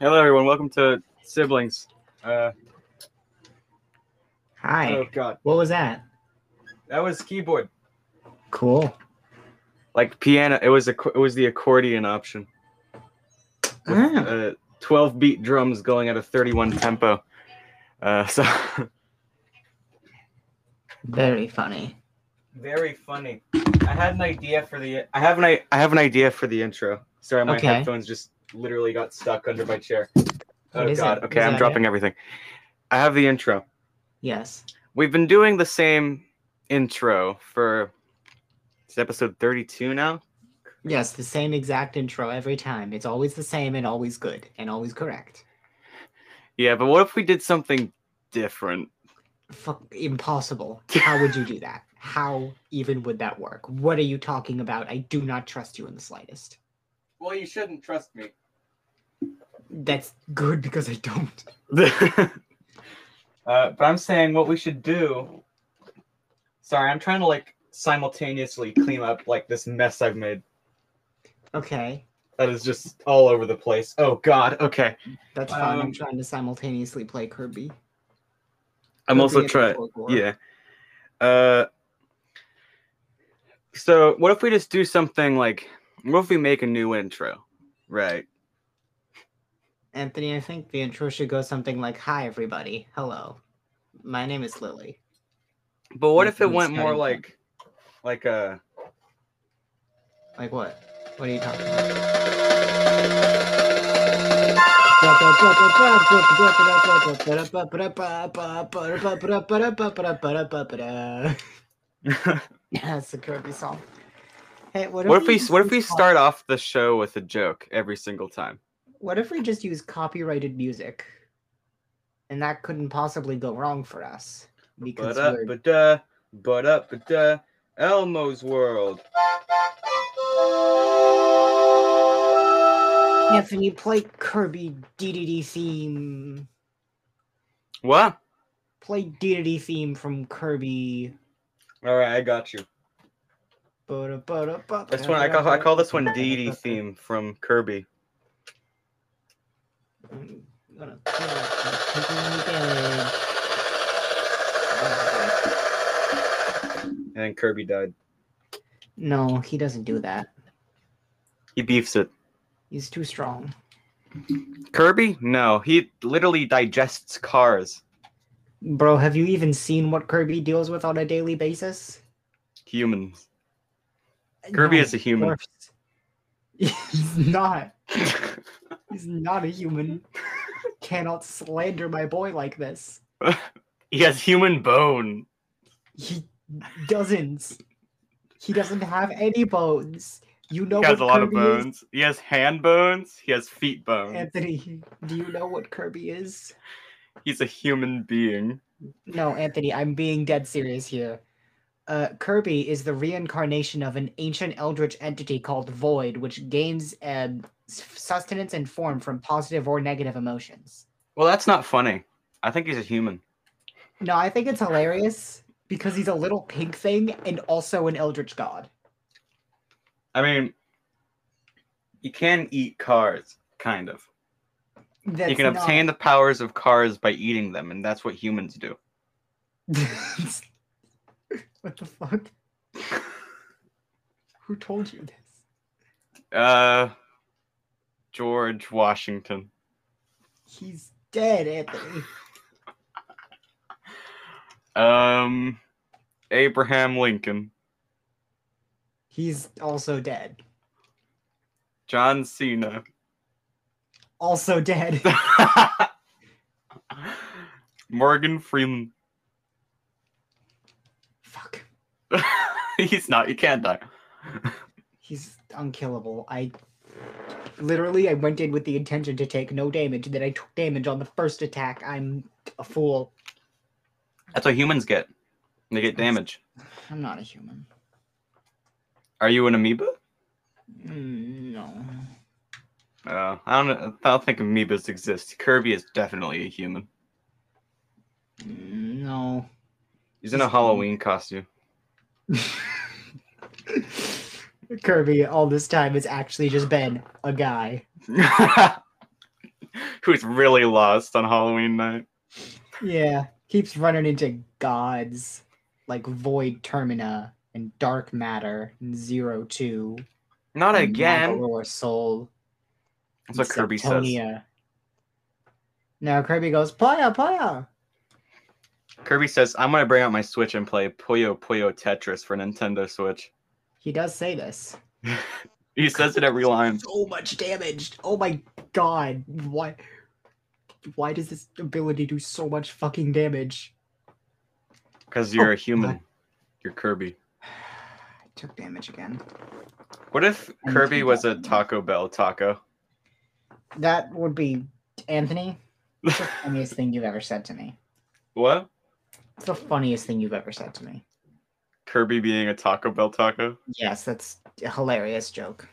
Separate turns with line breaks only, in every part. Welcome to siblings. Uh,
Hi.
oh God,
What was that?
that was keyboard.
Cool.
Like piano, it was a it was the accordion option.
Ah,
Uh, Twelve beat drums going at a thirty-one tempo. Uh, so
very funny.
very funny. I had an idea for the I have an I, I have an idea for the intro. Sorry, my
Okay.
headphones just literally got stuck under my chair. Oh
What is
God.
it?
Okay,
Is
I'm
that
dropping everything. I have the intro.
Yes.
We've been doing the same intro for it's episode 32 now.
Yes, the same exact intro every time. It's always the same and always good and always correct.
Yeah, but what if we did something different?
Fuck, impossible. How would you do that? How even would that work? What are you talking about? I do not trust you in the slightest.
Well, you shouldn't trust me.
That's good because I don't.
uh, but I'm saying what we should do. Sorry, I'm trying to like simultaneously clean up like this mess I've made.
Okay,
That is just all over the place. Oh God. Okay.
that's fine.
Um,
I'm trying to simultaneously play Kirby.
I'm
Kirby
also
and
trying.
Folklore.
Yeah. Uh. So what if we just do something like? What if we make a new intro? Right.
Anthony, I think the intro should go something like Hi, everybody. Hello. My name is Lily.
But what if it
Anthony's
went more
starting
like, like uh, a
Like what? What are you talking about? That's the Kirby song. Hey, what if,
what if we
just
what if we
use co-
start off the show with a joke every single time?
What if we just use copyrighted music? And that couldn't possibly go wrong for us because
But uh, up,
we're
but duh, but up, but duh. Elmo's world.
Anthony, play Kirby DDD theme.
What?
Play DDD theme from Kirby.
All right, I got you. This one I call I call this one Dee Dee theme from Kirby.
I'm gonna kill it for taking damage. Okay.
And then Kirby died.
No, he doesn't do that.
He beefs it.
He's too strong.
Kirby? No, he literally digests cars.
Bro, have you even seen what Kirby deals with on a daily basis?
Humans. Kirby
No,
is a human.
of course. He's not. He's not a human. Cannot slander my boy like this.
he has human bone.
He doesn't. He doesn't have any bones. You know
He has
what
a lot of
Kirby is?
bones. He has hand bones. He has feet bones.
Anthony, do you know what Kirby is?
He's a human being.
No, Anthony, I'm being dead serious here. Uh, Kirby is the reincarnation of an ancient eldritch entity called Void, which gains um, s- sustenance and form from positive or negative emotions.
Well, that's not funny. I think he's a human.
No, I think it's hilarious because he's a little pink thing and also an eldritch god.
I mean, you can eat cars, kind of.
That's
you can obtain the powers of cars by eating them, and that's what humans do.
the. what the fuck? Who told you this?
Uh, George Washington.
He's dead, Anthony.
Um, Abraham Lincoln.
He's also dead.
John Cena.
Also dead.
Morgan Freeman.
Fuck.
He's not. You can't die.
He's unkillable. I literally I went in with the intention to take no damage, and then I took damage on the first attack. I'm a fool.
That's what humans get. They get damage.
I'm not a human.
Are you an amoeba?
Mm, no.
Uh, I don't. I don't think amoebas exist. Kirby is definitely a human.
Mm, no.
He's in a
He's-
Halloween costume.
Kirby all this time has actually just been a guy.
Who who's really lost on Halloween night.
Yeah, keeps running into gods like Void Termina and Dark Matter and Zero Two.
Not
and
again.
Magolor Soul.
That's what
and
Kirby says.
Septonia. Now Kirby goes, Playa, Playa.
Kirby says, I'm gonna bring out my Switch and play Puyo Puyo Tetris for Nintendo Switch.
He does say this.
He says it every line.
So much damage. Oh my god. Why? Why does this ability do so much fucking damage?
Because you're
Oh,
a human.
God.
You're Kirby.
I took damage again.
What if
I'm
Kirby
too
was a
bad.
Taco Bell taco?
That would be Anthony. It's the funniest thing you've ever said to me.
what?
It's the funniest thing you've ever said to me.
Kirby being a Taco Bell taco?
Yes, that's a hilarious joke.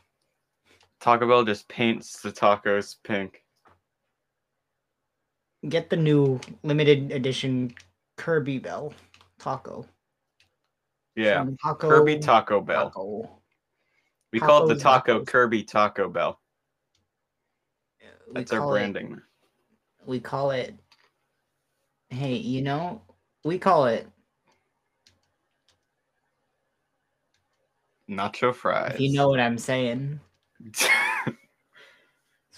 Taco Bell just paints the tacos pink.
Get the new limited edition Kirby Bell taco.
Yeah.
From Taco
Kirby Taco Bell.
Taco.
We call it the
Tacos,
taco
tacos.
Kirby Taco Bell.
We
That's our
call it-
branding.
we call it. Hey, you know, we call it.
Nacho fries.
If you know what I'm saying. That's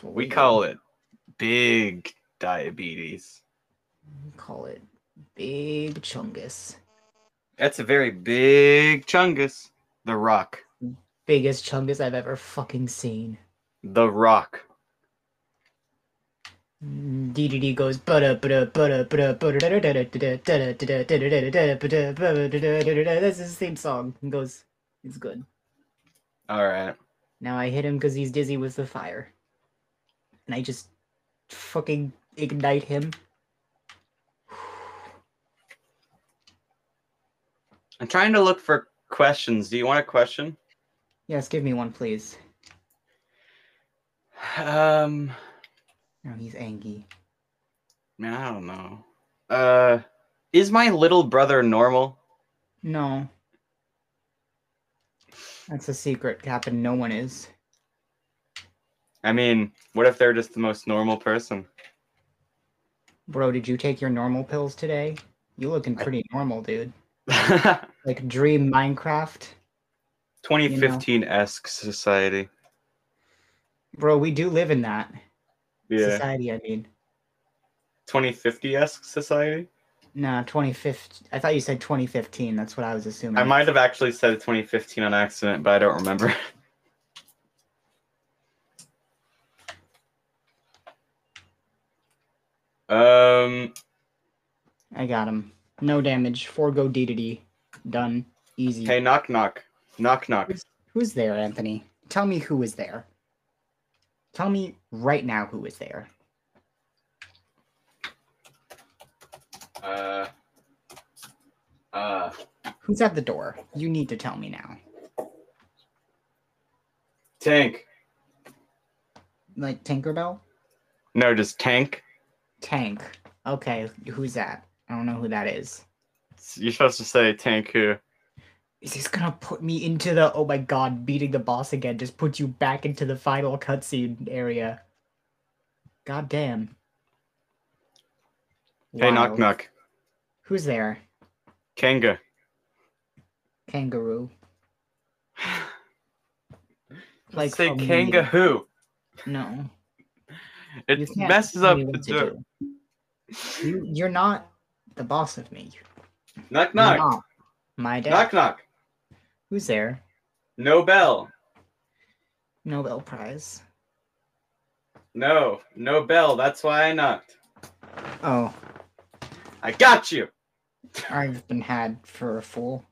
what
we
do.
call it big diabetes.
We call it Big Chungus.
That's a very big chungus. The Rock.
Biggest Chungus I've ever fucking seen.
The Rock.
Mm, DDD goes "Bada, bada, bada, bada, bada, da, da, da, da, da, da, da, da, da, da, da, da, da, bada, bada, da, da, da, da, da." that's his theme song. And goes, it's good.
All right.
Now I hit him because he's dizzy with the fire, and I just fucking ignite him.
I'm trying to look for questions. Do you want a question?
Yes, give me one, please.
Um,
No, he's angry.
man, I don't know. Uh, is my little brother normal?
No. That's a secret, Captain. No one is.
I mean, what if they're just the most normal person?
Bro, did you take your normal pills today? You looking
I-
pretty normal, dude. Like Dream Minecraft.
2015 esque society.
Bro, we do live in that
Yeah.
society, I mean.
2050 esque society.
Mm-hmm. Nah, 2015. I thought you said 2015. That's what I was assuming.
I might have actually said 2015 on accident, but I don't remember. um,
I got him. No damage. Forgo D to D. Done. Easy.
hey, knock, knock, knock, knock.
Who's there, Anthony? Tell me who is there. Tell me right now who is there.
Uh, uh,
Who's at the door? You need to tell me now.
tank.
Like Tinkerbell?
No, just tank.
Tank. Okay, who's that? I don't know who that is.
You're supposed to say tank who?
Is this gonna put me into the oh my god, beating the boss again just puts you back into the final cutscene area? God damn.
Hey, knock,
Wild.
knock.
Who's there?
Kanga.
Kangaroo.
Like
Like
say
from the-
Kanga who?
No. you
It
can't
messes
tell
up
me
the
what to
joke.
do. You, you're not the boss of me.
Knock,
You're
knock.
not my dad.
Knock, knock.
Who's there?
No bell.
Nobel Prize.
No, no bell. That's why I knocked.
Oh,
I got you.
I've been had for a fool.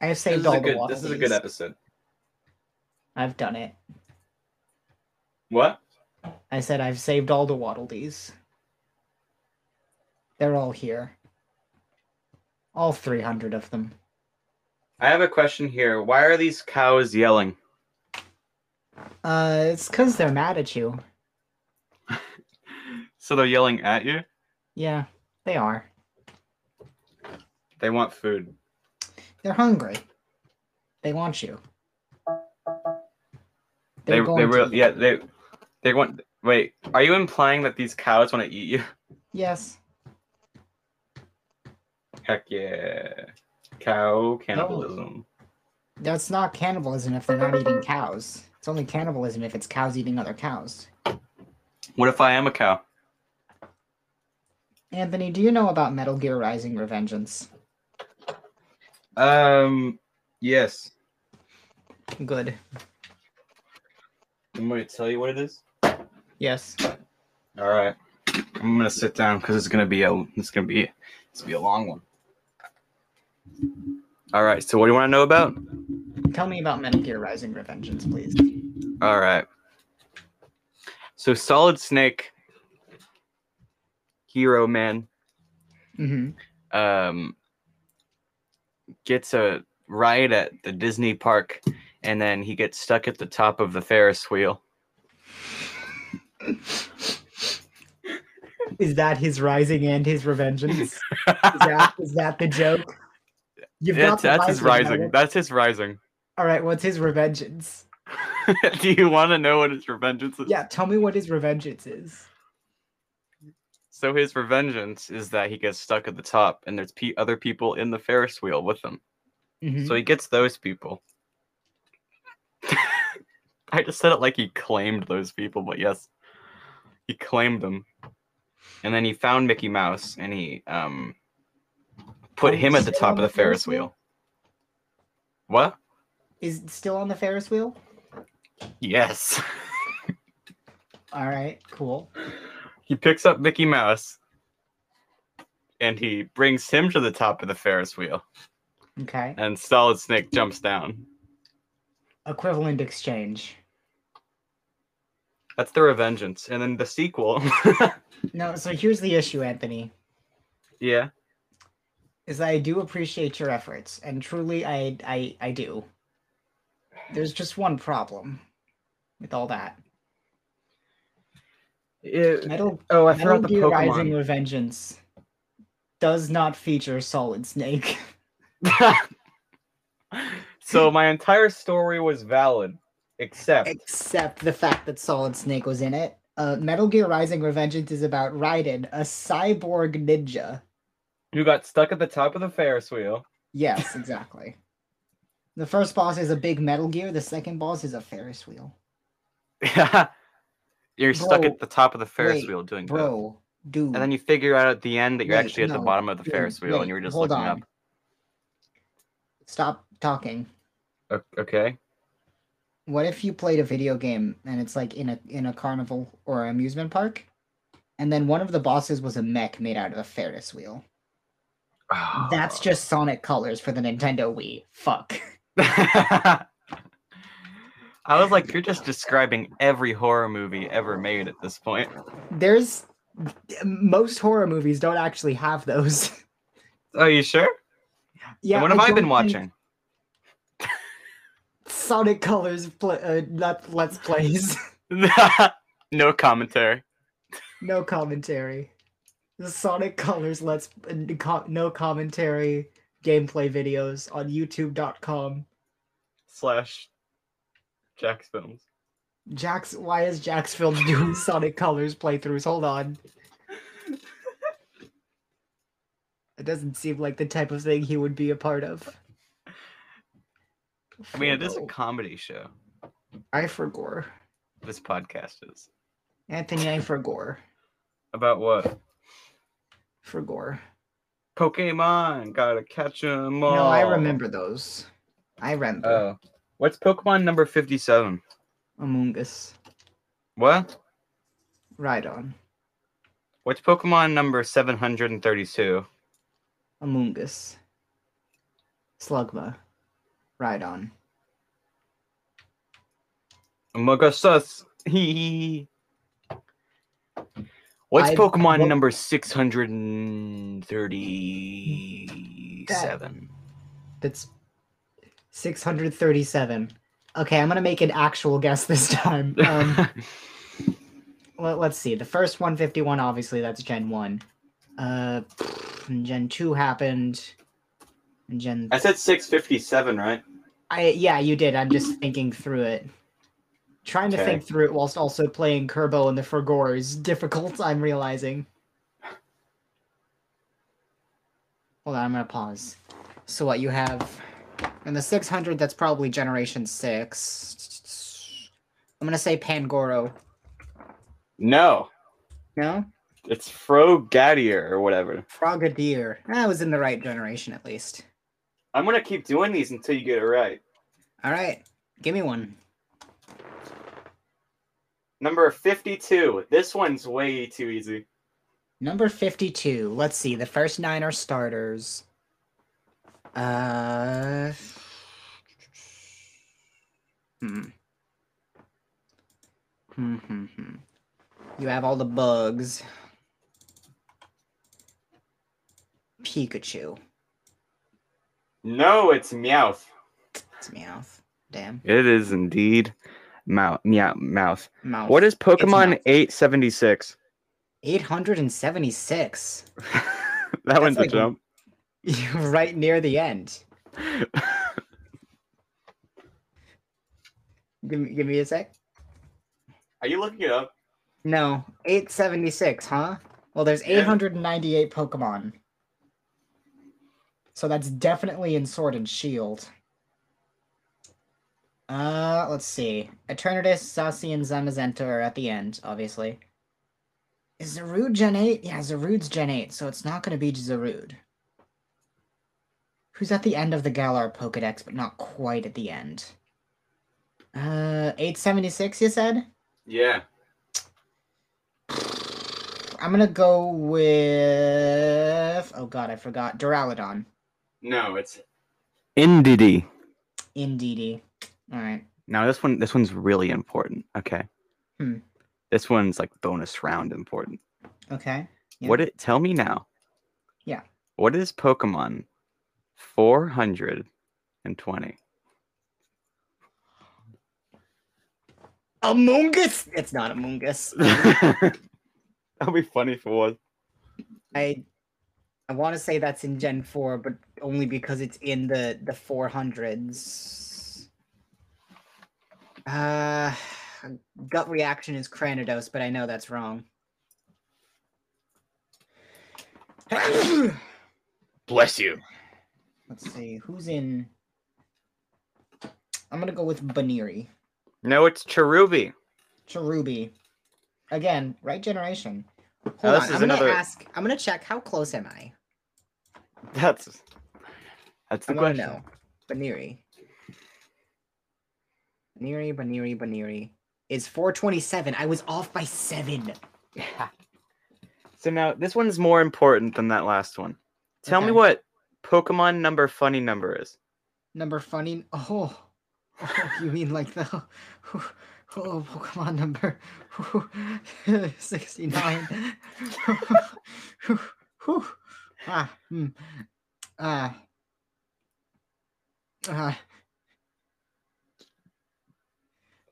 I have
This
saved
is
all
a
the
good.
water.
This is a good episode.
I've done it.
What?
I said I've saved all the Waddledees. They're all here. All 300 of them.
I have a question here. Why are these cows yelling?
Uh, it's because they're mad at you.
So they're yelling at you.
Yeah, they are.
They want food.
They're hungry. They want you.
They they
going to
real
eat
yeah
you.
they they want Wait, are you implying that these cows want to eat you?
Yes.
Heck yeah. Cow cannibalism.
That's not cannibalism if they're not eating cows. It's only cannibalism if it's cows eating other cows.
What if I am a cow?
Anthony, do you know about Metal Gear Rising Revengeance?
Um, yes.
Good.
I'm going to tell you what it is.
Yes.
All right. I'm gonna sit down because it's gonna be a it's gonna be it's gonna be a long one. All right. So what do you want to know about?
Tell me about Metal Gear Rising Revengeance, please.
All right. So Solid Snake, Hero Man,
Mm-hmm.
um, gets a ride at the Disney park, and then he gets stuck at the top of the Ferris wheel.
Is that his rising and his revengeance? is, that, is that the joke? You've
That's,
the
that's his rising.
Alan.
That's his rising.
All right, what's his revengeance?
do you want to know what his revengeance is?
Yeah, tell me what his revengeance is.
So his revengeance is that he gets stuck at the top, and there's pe- other people in the Ferris wheel with him.
Mhm.
Mm-hmm. So he gets those people. I just said it like he claimed those people, but yes, he claimed them. And then he found Mickey Mouse, and he um put
Oh,
him
he's
at the
still
top
on
of the Ferris wheel. What?
Is it still on the Ferris wheel?
Yes.
All right, cool.
he picks up Mickey Mouse, and he brings him to the top of the Ferris wheel,
Okay.
and Solid Snake jumps down.
Equivalent exchange.
That's the Revengeance. And then the sequel.
No, so here's the issue, Anthony.
yeah.
Is I do appreciate your efforts, and truly, I I I do. There's just one problem with all that. Metal
oh, I
Metal
forgot the
Gear Rising
Pokemon.
Revengeance does not feature Solid Snake.
so my entire story was valid, except
except the fact that Solid Snake was in it. Uh, Metal Gear Rising Revengeance is about Raiden, a cyborg ninja.
you got stuck at the top of the Ferris wheel.
Yes, exactly. the first boss is a big Metal Gear. The second boss is a Ferris wheel.
you're stuck
Bro,
at the top of the Ferris
wait,
wheel doing that.
Bro, dude.
And then you figure out at the end that you're
Wait,
actually at the
no,
bottom of the
dude,
Ferris wheel
wait,
and you were just
hold
looking
on. Stop talking.
up. O- Okay.
What if you played a video game and it's like in a in a carnival or amusement park, and then one of the bosses was a mech made out of a Ferris wheel?
Oh.
That's just Sonic Colors for the Nintendo Wii. Fuck.
I was like, you're just describing every horror movie ever made at this point.
there's most horror movies don't actually have those.
Are you sure?
yeah,
what have I,
don't
been
think
watching?
Sonic Colors pla uh, let, let's plays.
no commentary.
no commentary. The Sonic Colors let's uh, co- no commentary gameplay videos on YouTube.com.
Slash Jack's films.
Jax, why is Jax Film doing Sonic Colors playthroughs? Hold on. It doesn't seem like the type of thing he would be a part of.
I mean, it is a
Forgo.
comedy show.
Eifergore.
This podcast is
Anthony Eifergore.
about what?
Fergore.
Pokemon. Gotta catch 'em all.
No, I remember those. I remember.
Oh, what's Pokemon number fifty-seven?
Among Us.
What?
Right on.
What's Pokemon number seven hundred and thirty-two?
Among Us. Slugma. Right on.
Amogasus. Hee hee. What's
I-
Pokemon
what-
number 637?
That's 637. Okay, I'm going to make an actual guess this time. Um, let, us see. The first 151, obviously, that's Gen 1. Uh, and Gen 2 happened. And Gen
I said 657, right?
I yeah, you did. I'm just thinking through it. Trying to
Okay.
think through it whilst also playing Kerbo and the Fergor is difficult, I'm realizing. Hold on, I'm gonna pause. So what you have in the 600, that's probably generation 6. I'm gonna say Pangoro.
No,
No?
it's Frogadier or whatever.
Frogadier. I was in the right generation at least.
I'm gonna keep doing these until you get it right.
Alright, give me one.
Number 52. This one's way too easy.
Number 52. Let's see. The first nine are starters. Uh. Hmm. Hmm, hmm, hmm. You have all the bugs. Pikachu.
No, it's Meowth.
It's Meowth. Damn.
It is indeed Mouth. Meow, Mouth.
Mouth.
What is Pokemon
Mouth.
876?
876.
that
That's
one's
like-
a jump.
You're right near the end. Give me, give me a sec.
Are you looking it up?
No, 876, huh? Well, there's
Yeah.
898 Pokemon. So that's definitely in Sword and Shield. Uh, let's see. Eternatus, Sassy, and Zamazenta are at the end, obviously. Is Zarude Gen 8? Yeah, Zarude's Gen 8, so it's not going to be Zarude. Who's at the end of the Galar Pokedex, but not quite at the end? Uh, 876, you said?
Yeah.
I'm gonna go with oh god, I forgot Duraludon.
No, it's Ndidi.
Indeedy. All right.
Now this one this one's really important. Okay.
Hmm.
This one's like bonus round important.
Okay. Yeah.
What it tell me now.
Yeah.
What is Pokemon 420?
Amoongus. It's not Amoongus.
That'll be funny if it was.
I I want to say that's in Gen Four, but only because it's in the the four hundreds. Uh, gut reaction is Cranidos, but I know that's wrong.
Bless you.
Let's see who's in. I'm gonna go with Baniri.
No, it's Cherubi.
Cherubi. Again, right generation. Hold
this is
on. I'm gonna
another-
ask. I'm gonna check. How close am I?
That's that's
I
the
wanna
question.
know. Baniri. Baniri, Baniri, Baniri. Is 427. I was off by seven.
So now this one's more important than that last one. Tell me
Okay.
what Pokemon number funny number is.
Number funny. Oh. Oh, you mean like the oh, Pokemon number 69. ah, hmm. ah, ah.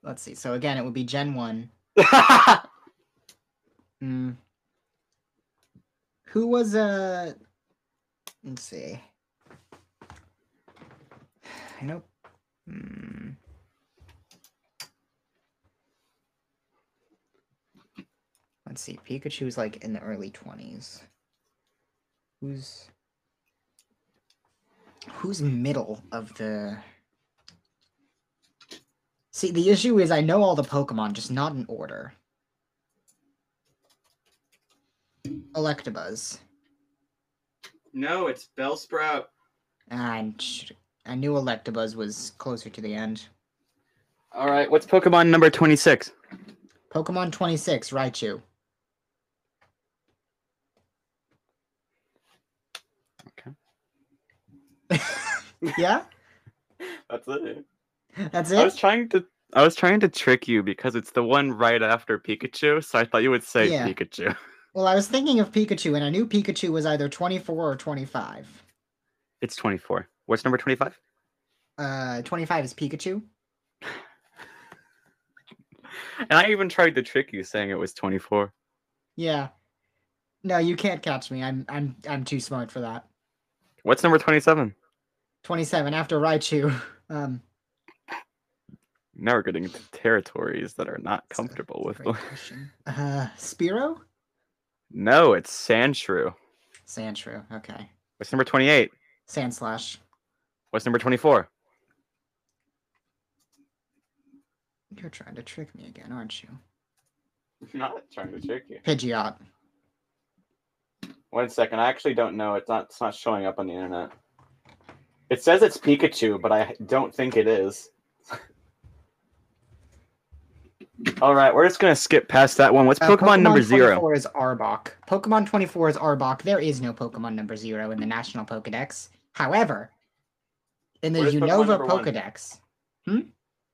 Let's see. So again, it would be Gen 1. Mm. Who was uh let's see. I know Hmm. Let's see, Pikachu's like in the early twenties. Who's who's middle of the See the issue is I know all the Pokemon, just not in order. Electabuzz.
no, it's Bellsprout.
And sh- I knew Electabuzz was closer to the end.
All right, what's Pokemon number 26?
Pokemon 26, Raichu. Yeah?
That's it.
That's
I was
it?
trying to I was trying to trick you because it's the one right after Pikachu, so I thought you would say
Yeah.
Pikachu.
Well, I was thinking of Pikachu, and I knew Pikachu was either 24 or 25.
It's 24. What's number 25?
Uh, 25 is Pikachu?
And I even tried to trick you saying it was 24.
Yeah. No, you can't catch me. I'm I'm I'm too smart for that.
What's number 27?
27 after Raichu. Um
Now we're getting into territories that are not
That's a-
comfortable
that's
with
a
them.
great question. Uh, Spiro?
No, it's Sandshrew.
Sandshrew. Okay.
What's number 28?
Sand slash.
What's number 24?
You're trying to trick me again, aren't you?
Not trying to trick you.
Pidgeot.
One second, I actually don't know. It's not. It's not showing up on the internet. It says it's Pikachu, but I don't think it is. All right, we're just gonna skip past that one. What's
Uh,
Pokemon, number zero?
24 is Arbok. Pokemon 24 is Arbok. There is no Pokemon number zero in the National Pokedex. However, in the
Where is Pokemon
Unova
number one?
Pokedex,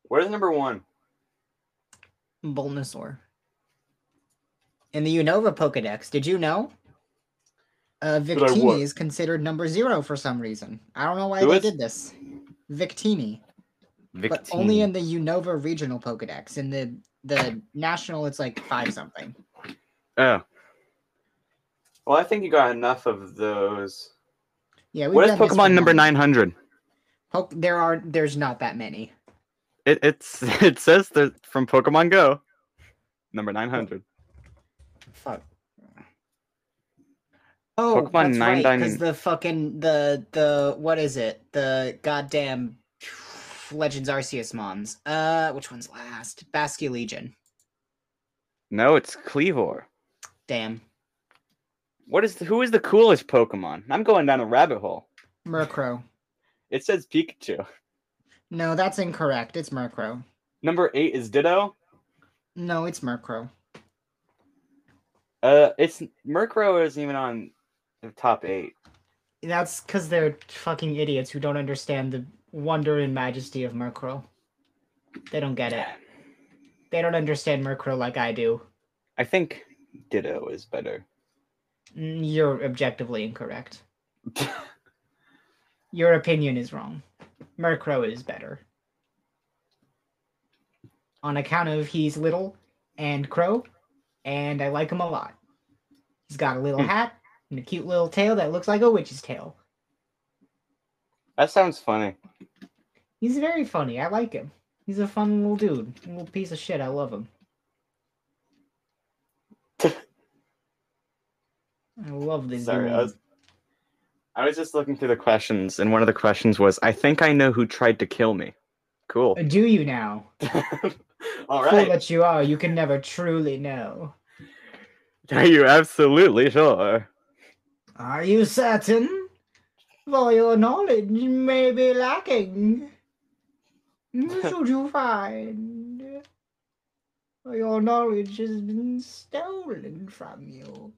Where's number one?
Bulbasaur. In the Unova Pokedex, did you know?
I
Uh,
what?
Victini is considered number zero for some reason. I don't know why
Who
they
is?
did this. Victini, but
Victini.
only in the Unova Regional Pokedex. In the the National, it's like five something.
Oh. Well, I think you got enough of those.
Yeah. we've
What is
done this for
Pokemon number
months.
nine hundred?
Poke- there are there's not that many.
It it's it says that from Pokemon Go, number nine hundred.
Fuck. Oh,
Pokemon
that's right.
99
Because the fucking the the what is it? The goddamn Legends Arceus mons. Uh, which one's last? Bascu Legion.
No, it's Cleavor.
Damn.
What is the, who is the coolest Pokemon? I'm going down a rabbit hole.
Murkrow.
It says Pikachu.
No, that's incorrect. It's Murkrow.
Number eight is Ditto.
No, it's Murkrow.
Uh, it's Murkrow is even on the top eight.
That's because they're fucking idiots who don't understand the wonder and majesty of Murkrow. They don't get it. They don't understand Murkrow like I do.
I think Ditto is better.
Mm, You're objectively incorrect. Your opinion is wrong. Murkrow is better. On account of he's little and crow, and I like him a lot. He's got a little
Hmm.
hat and a cute little tail that looks like a witch's tail.
That sounds funny.
He's very funny. I like him. He's a fun little dude. Little piece of shit. I love him. I love this
Sorry,
dude.
I was. I was just looking through the questions, and one of the questions was, "I think I know who tried to kill me." Cool.
Uh, Do you now?
All
Fool
right.
that you are, you can never truly know.
Are you absolutely sure?
Are you certain? For your knowledge may be lacking. Should you find your knowledge has been stolen from you?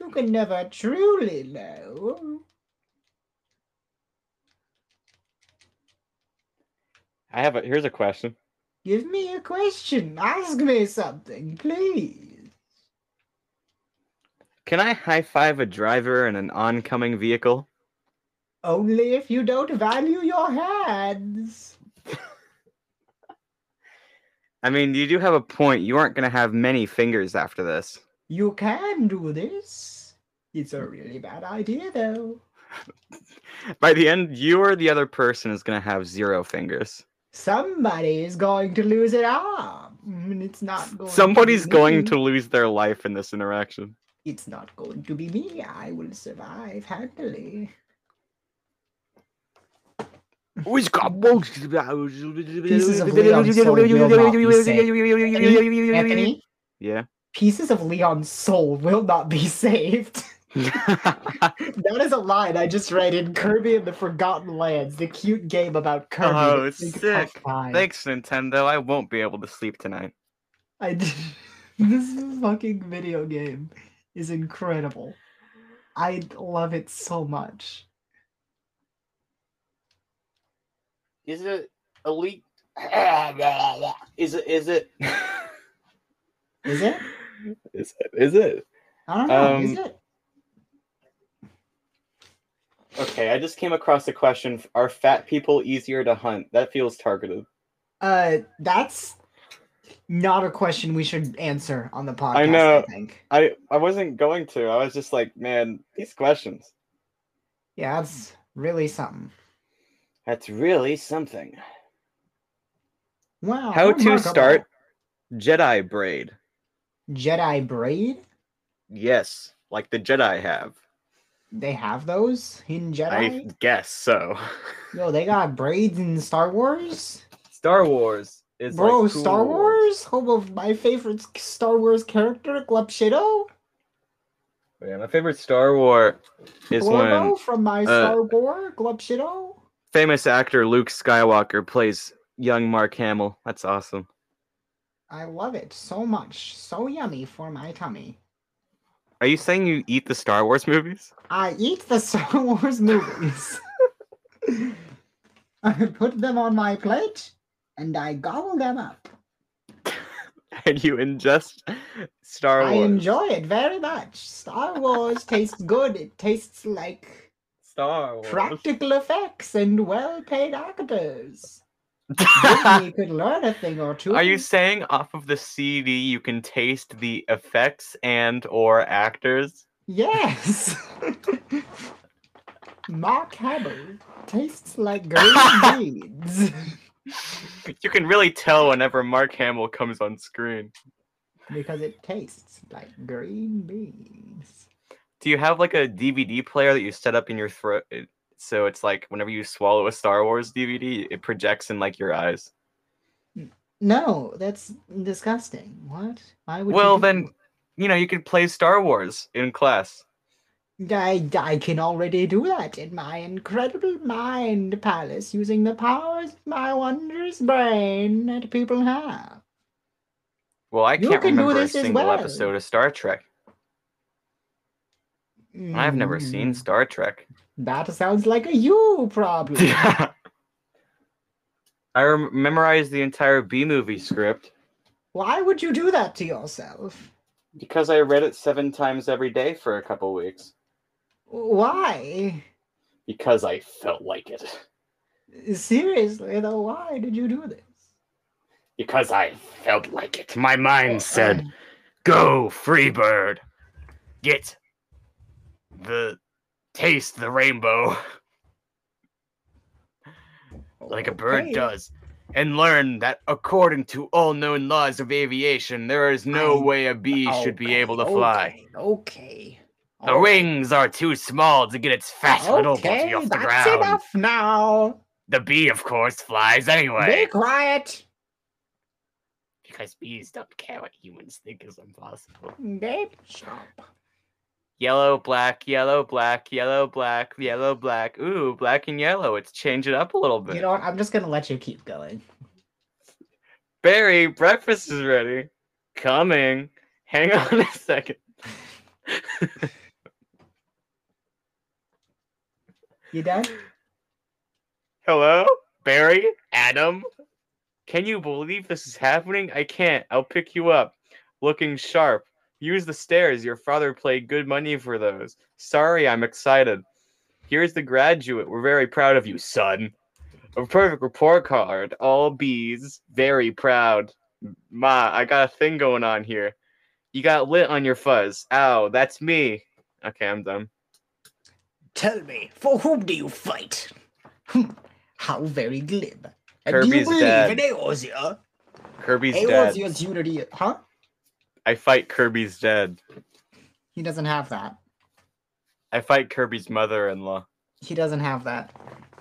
You can never truly know.
I have a. Here's a question.
Give me a question. Ask me something, please.
Can I high five a driver in an oncoming vehicle?
Only if you don't value your hands.
I mean, you do have a point. You aren't going to have many fingers after this.
You can do this. It's a really bad idea, though.
By the end, you or the other person is going to have zero fingers.
Somebody is going to lose an arm, and it's not going.
Somebody's
to be
going
me.
to lose their life in this interaction.
It's not going to be me. I will survive handily.
We've got
Pieces of Leon sold will not be saved. Anthony,
Yeah.
pieces of Leon's soul will not be saved. that is a line I just read in Kirby and the Forgotten Lands, the cute game about Kirby.
Oh,
that
it's
takes up
sick.
time.
Thanks, Nintendo. I won't be able to sleep tonight.
I did. this fucking video game is incredible. I love it so much.
Is it elite?
Is it? Is it?
Is it?
Is it? Is it?
I don't know. is
Um,
it?
Okay, I just came across a question. Are fat people easier to hunt? That feels targeted.
Uh, that's not a question we should answer on the podcast. I
know.
think.
I I wasn't going to. I was just like, man, these questions.
Yeah, that's really something.
That's really something.
Wow.
How to
remarkable.
start Jedi braid.
Jedi braid?
Yes, like the Jedi have.
They have those in
I
Jedi.
guess so.
Yo, they got braids in Star Wars.
Star Wars is
Bro,
like
Star
cool.
Wars, home of my favorite s- Star Wars character, Club Shadow.
Yeah, my favorite Star War is
Glorbo
when uh,
from my Star Wars, Club Shadow.
famous actor Luke Skywalker plays young Mark Hamill. That's awesome.
I love it so much. So yummy for my tummy.
Are you saying you eat the Star Wars movies?
I eat the Star Wars movies. I put them on my plate and I gobble them up.
And you ingest Star
I
Wars?
enjoy it very much. Star Wars tastes good. It tastes like
Star Wars.
practical effects and well paid actors. Disney could learn a thing or two.
Are you saying off of the CD you can taste the effects and or actors?
Yes. Mark Hamill tastes like green beans.
You can really tell whenever Mark Hamill comes on screen.
because it tastes like green beans.
Do you have like a DVD player that you set up in your throat? it- So it's like whenever you swallow a Star Wars DVD, it projects in like your eyes.
No, that's disgusting. What? Why would you
Well,
do
then, you know, you could play Star Wars in class.
I, I can already do that in my incredible mind palace using the powers of my wondrous brain that people have.
Well, I
You
can't
can do
remember a
this as
single
well.
episode of Star Trek. I've never seen
Mm,
Star Trek.
That sounds like a you problem.
I rem- memorized the entire B movie script
Why would you do that to yourself?
Because I read it seven times every day for a couple weeks.
Why?
Because I felt like it.
Seriously, though, why did you do this?
Because I felt like it.
My mind said, "Go, Freebird. Get the taste the rainbow like a bird
Okay.
does." And learn that according to all known laws of aviation, there is no
I-
way a bee should be
Okay,
able to fly.
Okay. okay.
The wings are too small to get its fat little body
Okay,
off the
that's
ground.
enough now.
The bee, of course, flies anyway.
Be quiet.
Because bees don't care what humans think is impossible.
Babe, shop.
Yellow, black, yellow, black, yellow, black, yellow, black. Ooh, black and yellow. It's changing up a little bit.
You know what? I'm just gonna let you keep going.
Barry, breakfast is ready. Coming. Hang on a second.
You done?
Hello? Barry? Adam? Can you believe this is happening? I can't. I'll pick you up. Looking sharp. Use the stairs. Your father paid good money for those. Sorry, I'm excited. Here's the graduate. We're very proud of you, son. A perfect report card. All B's. Very proud. Ma, I got a thing going on here. You got lit on your fuzz. Ow, that's me. Okay, I'm done.
Tell me, for whom do you fight? Hmm, How very glib. do you
Kirby's
believe
dad.
in Eorzea?
Kirby's dead.
Eorzea's unity, huh?
I fight Kirby's dead.
He doesn't have that.
I fight Kirby's mother-in-law.
He doesn't have that.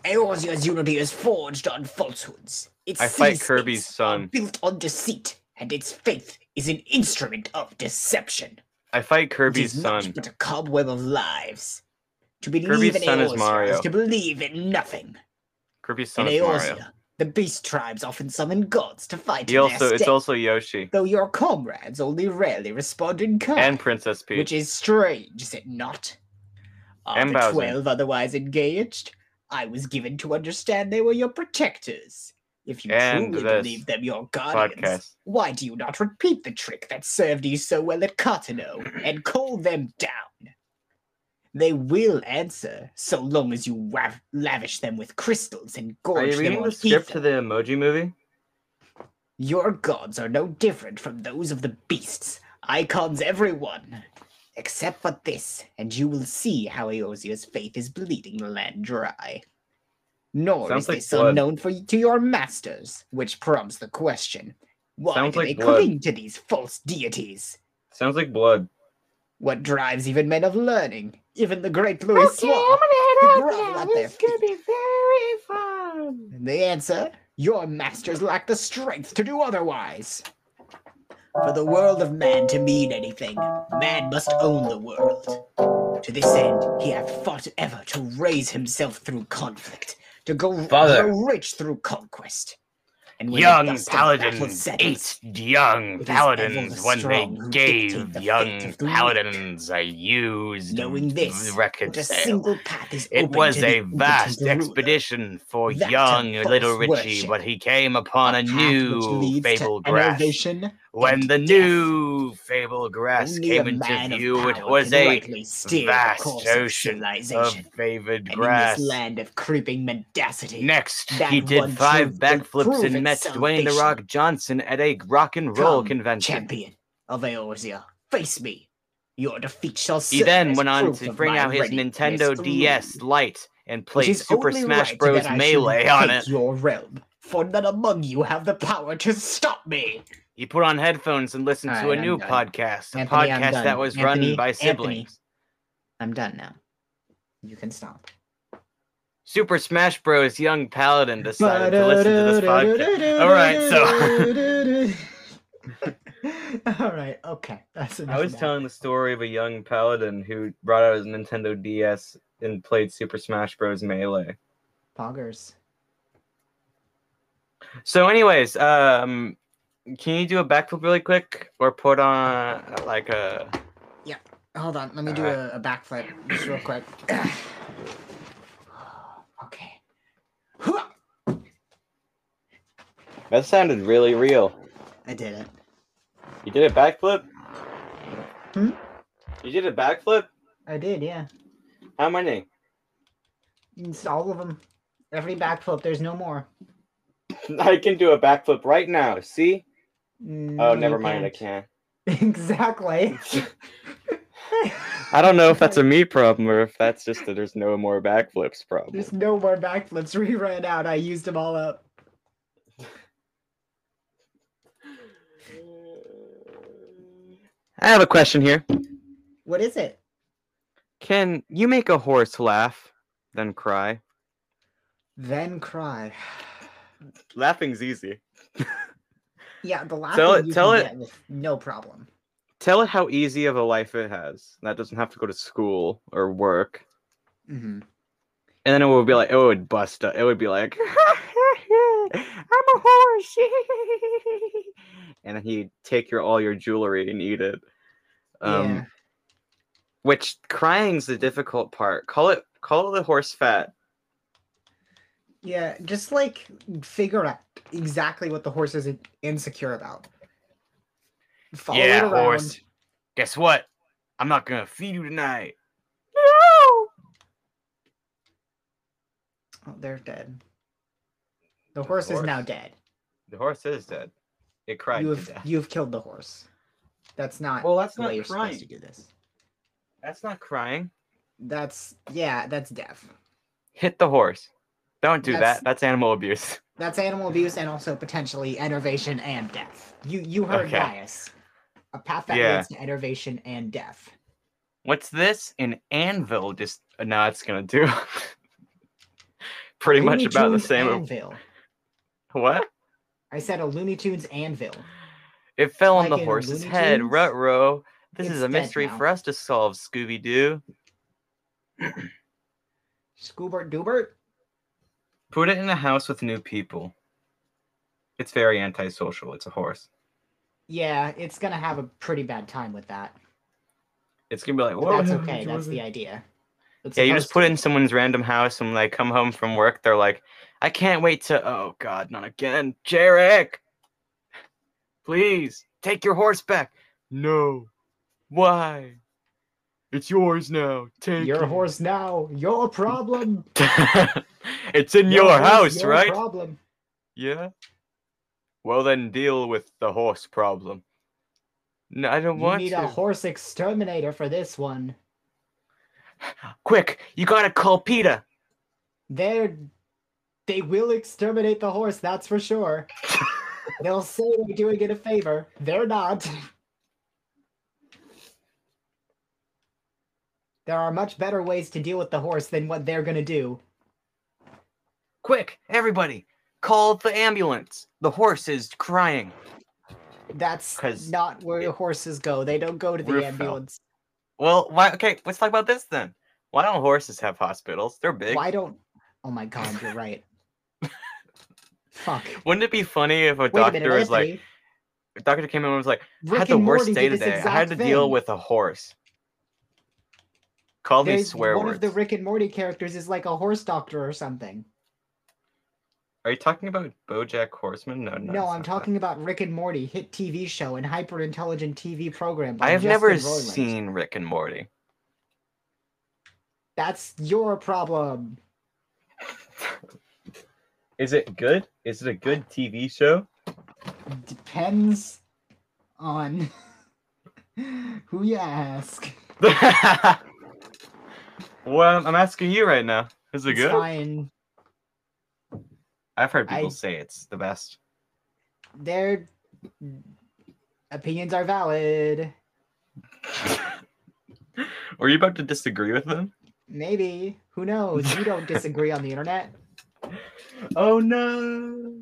Eorzea's unity is forged on falsehoods. Its
I fight
sea
Kirby's
states are
son.
Built on deceit, and its faith is an instrument of deception.
I fight
which
Kirby's
is
son.
Not but a cobweb of lives. To believe
Kirby's
in
son is
Eorzea
Mario.
to believe in nothing.
Kirby's son
in
is Mario.
Eorzea, the beast tribes often summon gods to fight
He
in their
also it's
stead,
also Yoshi
though your comrades only rarely respond in kind,
and Princess
which
Peach.
is strange, is it not? Are
And
the
Bowser.
twelve otherwise engaged? I was given to understand they were your protectors. If you
And
truly
this
believe them your guardians,
Podcast.
why do you not repeat the trick that served you so well at Cartano and call them down? They will answer so long as you wav- lavish them with crystals and
Are
gorge
you
them
reading
on
the script
ether.
to the Emoji Movie?
Your gods are no different from those of the beasts. Icons, everyone, except for this, and you will see how Eorzea's faith is bleeding the land dry. Nor
Sounds
is
like
this
blood.
unknown for to your masters, which prompts the question: Why
Sounds
do
like
they
blood.
cling to these false deities?
Sounds like blood.
What drives even men of learning, even the great Louis Suave?
gonna
head out now. This could
be very fun.
And the answer your masters lack the strength to do otherwise. For the world of man to mean anything, man must own the world. To this end, he hath fought ever to raise himself through conflict, to go,
Father.
grow rich through conquest. And when the
Young
dust of battle
paladins
settles,
ate young
It is ever the
paladins when they
strong who dictate
gave
the fate
young
of the weak.
paladins a used
Knowing this, not a
reconcile.
single path is
It
open
was
to the
a
impotent
vast
ruler.
expedition for
That
young
and
little
false
Richie,
worship.
but he came upon a,
path which
new
leads to
fabled
an
grass.
elevation
When
and
the
death.
new fabled grass
Only
came
a man
into
of
view, it
power
was
can
a
rightly steer the
vast
course of
ocean of
civilization.
favored
And
grass.
in this land of creeping mendacity,
Next,
That
he did
one
five
truth will
backflips
prove
and met
its
Dwayne the
salvation.
Rock Johnson at a rock and roll
Come,
convention.
champion of Eorzea, face me. Your defeat shall serve
He then
as
went on
proof
to
of
bring
my
out his
readiness
Nintendo
to
DS
rule,
Lite and
which
played
is
Super
only
Smash
right
Bros.
that I should
Melee on
take
it.
Your realm, for none among you have the power to stop me.
He put on headphones and listened to
Alright,
a
I'm
new
done.
podcast, a
Anthony, I'm
podcast that
done.
was
Anthony,
run by
Anthony.
siblings.
I'm done now. You can stop.
Super Smash Bros. Young Paladin decided to listen to this podcast. All right, so
All right, okay. That's enough
I
of
was
that.
telling the story of a young paladin who brought out his Nintendo DS and played Super Smash Bros. Melee.
Poggers.
so anyways, um can you do a backflip really quick or put on uh, like a
Hold on, let me do
Alright.
a, a backflip just real quick. okay. Hua!
That sounded really real.
I did it.
You did a backflip?
Hmm?
You did a backflip?
I did, yeah.
How many?
It's all of them. Every backflip, there's no
Oh,
more.
I can do a backflip right now. See?
No,
Oh,
you
never mind.
can't.
I
exactly.
can't. I don't know if that's a me problem or if that's just that there's no more backflips problem.
There's no more backflips. We ran out. I used them all up.
I have a question here.
What is it?
Can you make a horse laugh, then cry?
Then cry.
Laughing's easy.
Yeah, the last
Tell
one
it-
you
tell
can
it-
get with no problem.
Tell it how easy of a life it has. That doesn't have to go to school or work.
Mm-hmm.
And then it would be like, it would bust up. It would be like, I'm a horse. and then he'd take your all your jewelry and eat it. Um,
yeah.
Which crying's the difficult part. Call it, call it the horse fat.
Yeah, just like figure out exactly what the horse is in- insecure about. Follow it
Yeah,
around.
horse. Guess what? I'm not gonna feed you tonight. No.
Oh, they're dead. The horse, is now
horse.
dead.
The horse is dead. It cried
You
to
have
death.
you've killed the horse. That's not
Well, that's
the way
not
you're supposed to
crying.
do this.
That's not crying.
That's yeah, that's death.
hit the horse. Don't do
That's-
that. That's animal abuse.
That's animal abuse and also potentially enervation and death. You you heard
Okay.
bias. A path that
Yeah.
leads to enervation and death.
What's this? An anvil? Just uh, no, it's gonna do. Pretty much
Looney
about the
Tunes
same.
anvil.
What?
I said a Looney Tunes anvil.
It fell on
Like
the
in
horse's
Looney
head.
Tunes?
Rut row. This
It's
is a
dead
mystery
now.
for us to solve, Scooby Doo.
Scoobert Doobert.
Put it in a house with new people. It's very antisocial. It's a horse.
Yeah, it's gonna have a pretty bad time with that.
It's gonna be like,
But
"Whoa,
that's
what
okay.
you
That's
wanna
the idea. It's
Yeah, you just
supposed
put
to.
it in someone's random house, and when they come home from work, they're like, "I can't wait to." Oh God, not again, Jarek! Please take your horse back. No, why? It's yours now. Take
Your
it."
horse now, your problem.
it's in your,
horse,
house,
your
right?
Problem.
yeah. Well, then deal with the horse problem. No, I don't
You
want
need
to.
a horse exterminator for this one.
Quick, you gotta call Peter.
They're They will exterminate the horse, that's for sure. They'll say they're doing it a favor. They're not. There are much better ways to deal with the horse than what they're gonna do.
Quick, everybody, call the ambulance. The horse is crying.
That's
'Cause
not where
it-
horses go. They don't go to the
Roof fell.
ambulance.
Well, why? Okay, let's talk about this then. Why don't horses have hospitals? They're big.
Why don't? Oh my god, you're right. Fuck.
Wouldn't it be funny if a
Wait a
doctor
minute,
was like,
Anthony.
a doctor came in and was like, I
Rick
had the
and
worst
Morty
day
did this
today. I had to
exact
deal
thing.
with a horse. Call
There's-
these swear
one
words.
of the Rick and Morty characters is like a horse doctor or something.
Are you talking about BoJack Horseman? No, Oh, no.
no,
it's
I'm
not
talking about Rick and Morty, hit TV show and hyper intelligent TV program.
That.
by
I have
Justin
never
Roiland.
seen Rick and Morty.
That's your problem.
Is it good? Is it a good TV show?
Depends on who you ask.
well, I'm asking you right now. Is it
It's
good?
fine.
I've heard
I-
people say it's the best.
Their opinions are valid.
Were you about to disagree with them?
Maybe. Who knows? You don't disagree on the internet.
Oh no!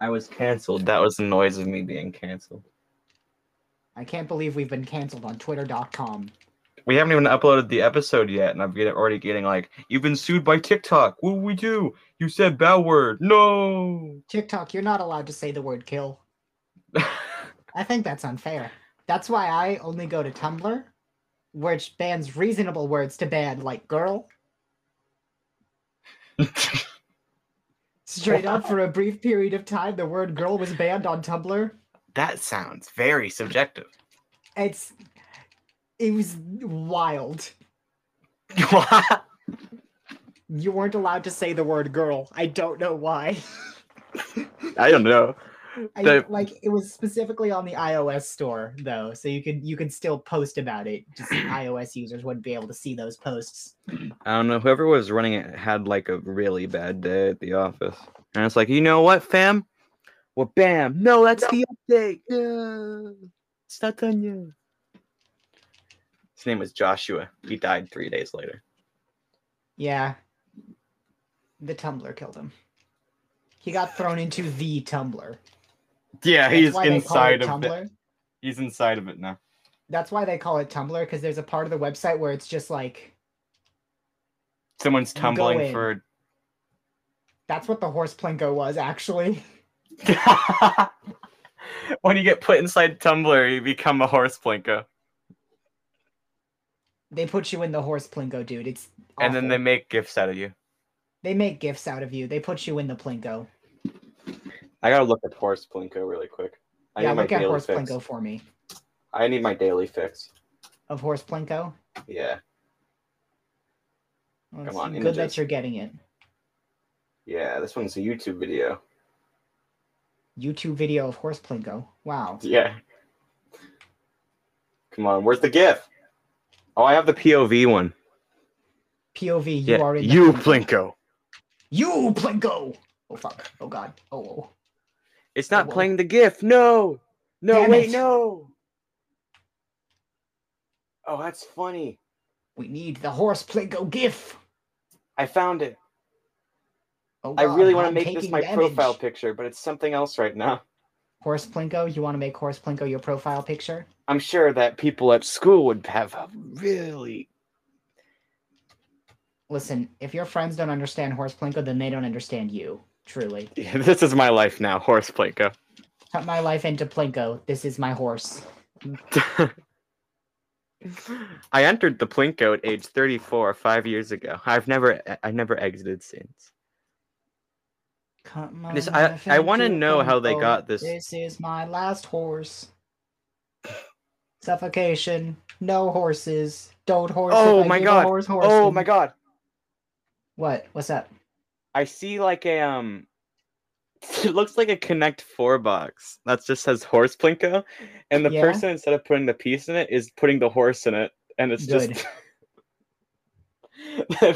I was canceled. That was the noise of me being canceled.
I can't believe we've been canceled on Twitter.com.
We haven't even uploaded the episode yet, and I'm get, already getting like, "You've been sued by TikTok. What will we do? You said bad word. No."
TikTok, you're not allowed to say the word kill. I think that's unfair. That's why I only go to Tumblr, which bans reasonable words to ban, like girl. Straight up, for a brief period of time, the word girl was banned on Tumblr.
that sounds very subjective.
It's. It was wild. You weren't allowed to say the word girl. I don't know why.
I don't know.
I,
The-
like it was specifically on the iOS store though, so you could you could still post about it. Just iOS users wouldn't be able to see those posts.
I don't know. Whoever was running it had like a really bad day at the office, and it's like, you know what, fam? Well, bam. No, that's the update. Yeah. It's not done yet. His name was Joshua. He died three days later.
Yeah. The Tumblr killed him. He got thrown into the Tumblr.
Yeah,
That's
he's
why they call it
inside of it.
Tumblr.
He's inside of it now.
That's why they call it Tumblr because there's a part of the website where it's just like
Someone's
You go
tumbling
in.
for.
that's what the horse plinko was actually.
when you get put inside Tumblr, you become a horse blinker,
They put you in the horse plinko, dude. It's
and then they
awful.
make gifts out of you.
they make gifts out of you. They put you in the plinko.
I gotta look at horse plinko really quick. I
yeah,
need my
look at
daily
horse
fix.
plinko for me.
I need my daily fix.
Of horse plinko.
Yeah,
Well,
Come
it's
on,
good that
images.
you're getting it.
yeah. This one's a YouTube video.
YouTube video of horse plinko. Wow.
Yeah. Come on, where's the GIF? Oh, I have the POV one.
POV. You are in. the
you
Plinko.
Plinko.
You plinko. Oh fuck. Oh god. Oh. oh.
It's
Oh,
not
well.
playing the GIF. No, no,
Damn
wait,
it.
no.
Oh, that's funny.
We need the horse plinko gif.
I found it.
Oh,
I
God,
really want to
I'm
make this
taking
my
damage.
profile picture, but it's something else right now.
Horse Plinko, you want to make Horse Plinko your profile picture?
I'm sure that people at school would have a really.
Listen, if your friends don't understand Horse Plinko, then they don't understand you. Truly.
this is my life now, horse plinko.
Cut my life into Plinko. This is my horse.
I entered the Plinko at age 34, five years ago. I've never, I've never exited since.
Cut my
This- I-
life
I wanna
into
know how they
Plinko.
got this-
This is my last horse. Suffocation. No horses. Don't horse. if
Oh
I
my
give a
God.
Horse, horse
Oh my god,
What? What's up?
I see like a um, it looks like a Connect Four box that just says horse Plinko, and the
Yeah.
person instead of putting the piece in it is putting the horse in it, and it's
Good.
just.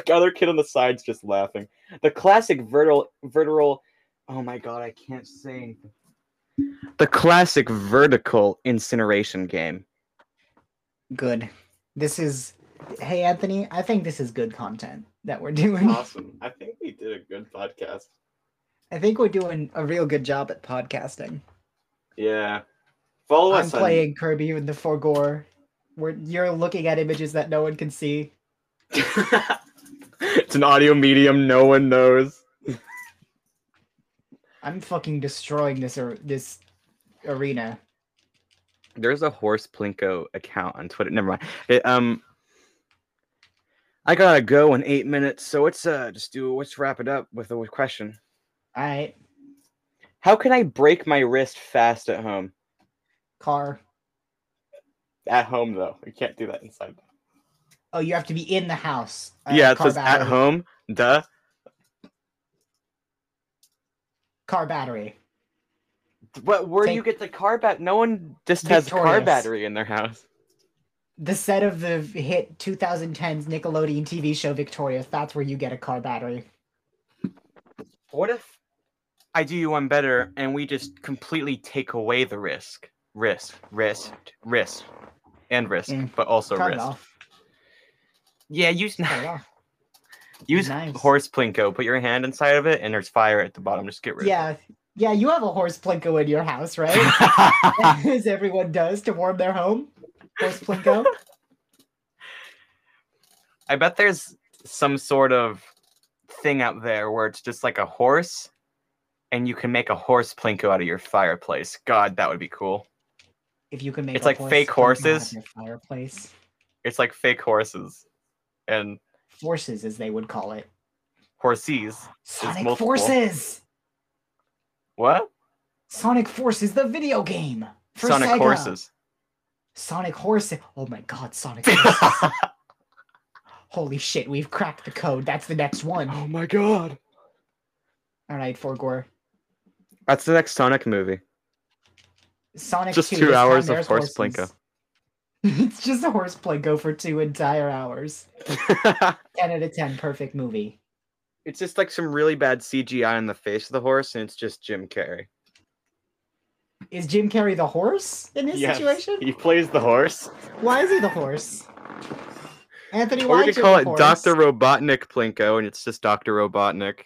the other kid on the side's just laughing. The classic vertical vertical. Oh my god, I can't sing. The classic vertical incineration game.
Good. This is. Hey, Anthony, I think this is good content that we're doing.
Awesome. I think we did a good podcast.
I think we're doing a real good job at podcasting.
Yeah. Follow
I'm
us
playing Kirby in the Forgore. Where you're looking at images that no one can see.
on. it's an audio medium no one knows.
I'm fucking destroying this or this arena.
There's a horse plinko account on Twitter. Never mind. It, um, I gotta go in eight minutes, so let's uh just do let's wrap it up with a question.
All right,
How can I break my wrist fast at home?
car.
At home though, you can't do that inside.
Oh, you have to be in the house. Uh,
yeah, it
car
says at
battery.
home. Duh.
Car battery.
But where do you get
Take-
the car bat? No one just has a car
Victorious.
battery in their house.
The set of the hit 2010's Nickelodeon TV show Victorious. That's where you get a car battery.
What if I do you one better and we just completely take away the risk, risk, risk, risk, and risk,
Mm.
but also
Cut it
risk.
off.
Yeah, use
Cut it off.
use
Nice.
horse plinko. Put your hand inside of it, and there's fire at the bottom. Just get rid.
Yeah, yeah. You have a horse plinko in your house,
Of
right?
it.
As everyone does to warm their home. Horse plinko.
I bet there's some sort of thing out there where it's just like a horse, and you can make a horse plinko out of your fireplace. God, that would be cool.
If you can make
It's
a
like
horse
fake
plinko out of
horses.
your Fireplace
It's like fake horses, and
forces, as they would call it.
horses.
Sonic
multiple.
Forces.
What?
Sonic Forces, the video game. for
Sonic
Sega.
horses.
Sonic Horses. Oh my god, Sonic
Oh
Horses. Holy shit, we've cracked the code. That's the next one. All
my god.
right, Forgore.
That's the next Sonic movie.
Sonic
Just
2,
two
this time
hours of
there's
horse
horses.
plinko.
it's just a horse plinko for two entire hours. 10 out of 10, perfect movie.
it's just like some really bad CGI on the face of the horse, and it's just Jim Carrey.
Is Jim Carrey the horse in this situation?
He plays the horse.
Why is he the horse? Anthony,
Or
why
we could
Jim
call
the
it
horse?
Dr. Robotnik Plinko, and it's just Dr. Robotnik.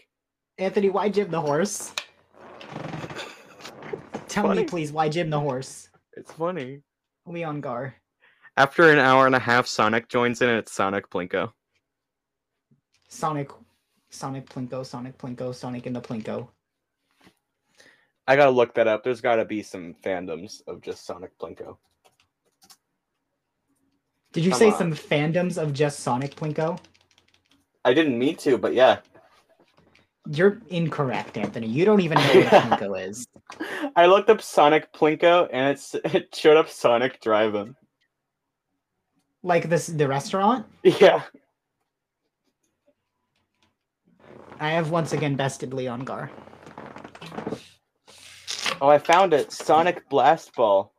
Anthony, why Jim the horse? Tell
funny.
me, please, why Jim the horse?
It's funny.
Leon Gar.
After an hour and a half, Sonic joins in, and it's Sonic Plinko.
Sonic, Sonic Plinko, Sonic Plinko, Sonic in the Plinko.
I gotta look that up. There's gotta be some fandoms of just Sonic Plinko.
Did you
Come
say
on.
some fandoms of just Sonic Plinko?
I didn't mean to, but yeah.
You're incorrect, Anthony. You don't even know what a Plinko is.
I looked up Sonic Plinko, and it's, it showed up Sonic Drive-In.
Like this, the restaurant.
Yeah.
I have once again bested Leon Gar.
Oh, I found it. Sonic Blast Ball.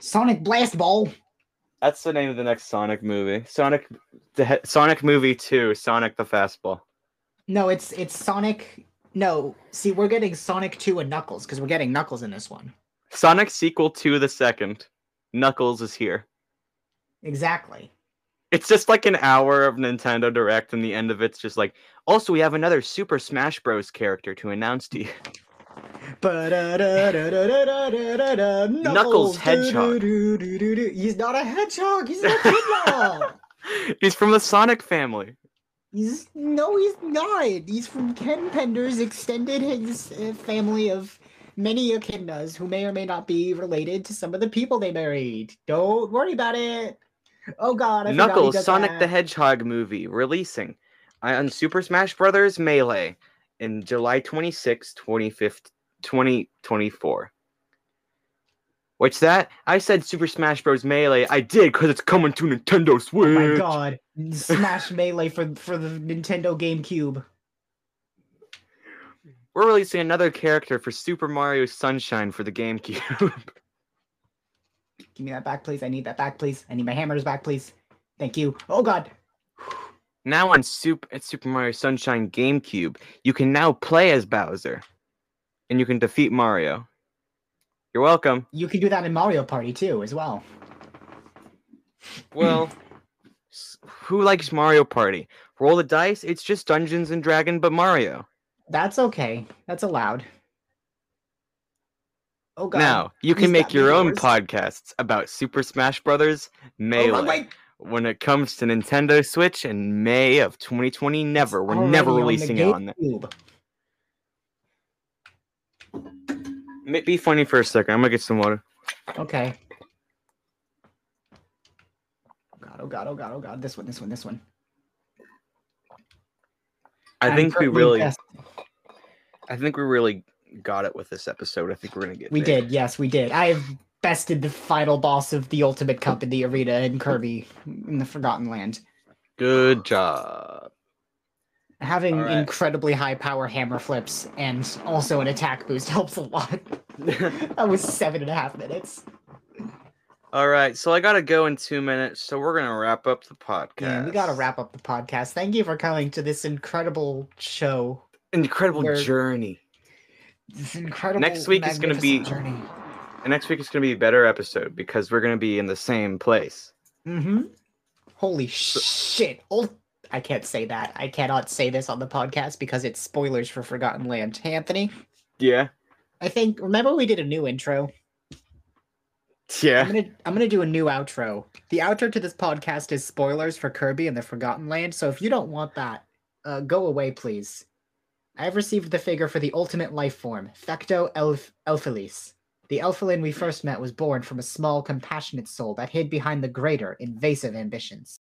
Sonic Blast Ball.
That's the name of the next Sonic movie. Sonic, the he- Sonic movie two. Sonic the fastball.
No, it's it's Sonic. No, see, we're getting Sonic Two and Knuckles because we're getting Knuckles in this one.
Sonic sequel two. The second. Knuckles is here.
Exactly.
It's just like an hour of Nintendo Direct, and the end of it's just like. Also, we have another Super Smash Bros. character to announce to you.
Knuckles
Hedgehog.
He's not a hedgehog. He's a hedgehog.
He's from the Sonic family.
He's no, he's not. He's from Ken Pender's extended his uh, family of many echidnas who may or may not be related to some of the people they married. Don't worry about it. Oh God, I forgot he
Knuckles
does
Sonic the
that.
Hedgehog movie releasing on Super Smash Bros. Melee in July 26, 25th, 2024. What's that? I said Super Smash Bros. Melee. I did because it's coming to Nintendo Switch.
Oh my God, Smash Melee for for the Nintendo GameCube.
We're releasing another character for Super Mario Sunshine for the GameCube.
Give me that back, please. I need that back, please. I need my hammers back, please. Thank you. Oh God.
Now on Super, at Super Mario Sunshine GameCube, you can now play as Bowser, and you can defeat Mario. You're welcome.
You could do that in Mario Party too, as well.
Well, s- who likes Mario Party? Roll the dice. It's just Dungeons and Dragon, but Mario.
That's okay. That's allowed. Oh god.
Now you
He's
can make
got
your own
meteors.
podcasts about Super Smash Brothers Melee.
Oh, wait,
when it comes to Nintendo Switch in May of 2020. Never, we're never releasing it on that.
that.
Ma- Be funny for a second. I'm gonna get some water.
Okay. Oh god, oh god, oh god, oh god. This one, this one, this one.
I
I'm
think we
currently
really,
impressed.
I think we really got it with this episode. I think we're gonna get.
We
there.
did, yes, we did. I have bested the final boss of the Ultimate Cup in the arena in Kirby in the Forgotten Land.
Good job.
Having
All right.
incredibly high power hammer flips and also an attack boost helps a lot. that was seven and a half minutes.
All right, so I gotta go in two minutes, so we're gonna wrap up the podcast.
Yeah, we gotta wrap up the podcast. Thank you for coming to this incredible show.
Incredible
We're-
journey.
This incredible
Next week is gonna be-
magnificent journey.
And next week is gonna be a better episode because we're gonna be in the same place.
Mm-hmm. Holy shit. Old I can't say that. I cannot say this on the podcast because it's spoilers for Forgotten Land. Anthony,
Yeah.
I think remember we did a new intro. I'm
Yeah.
gonna I'm gonna do a new outro. The outro to this podcast is spoilers for Kirby and the Forgotten Land. So if you don't want that, uh, go away, please. I have received the figure for the ultimate life form, Thecto Elf Elphelis. The Elphelin we first met was born from a small, compassionate soul that hid behind the greater, invasive ambitions.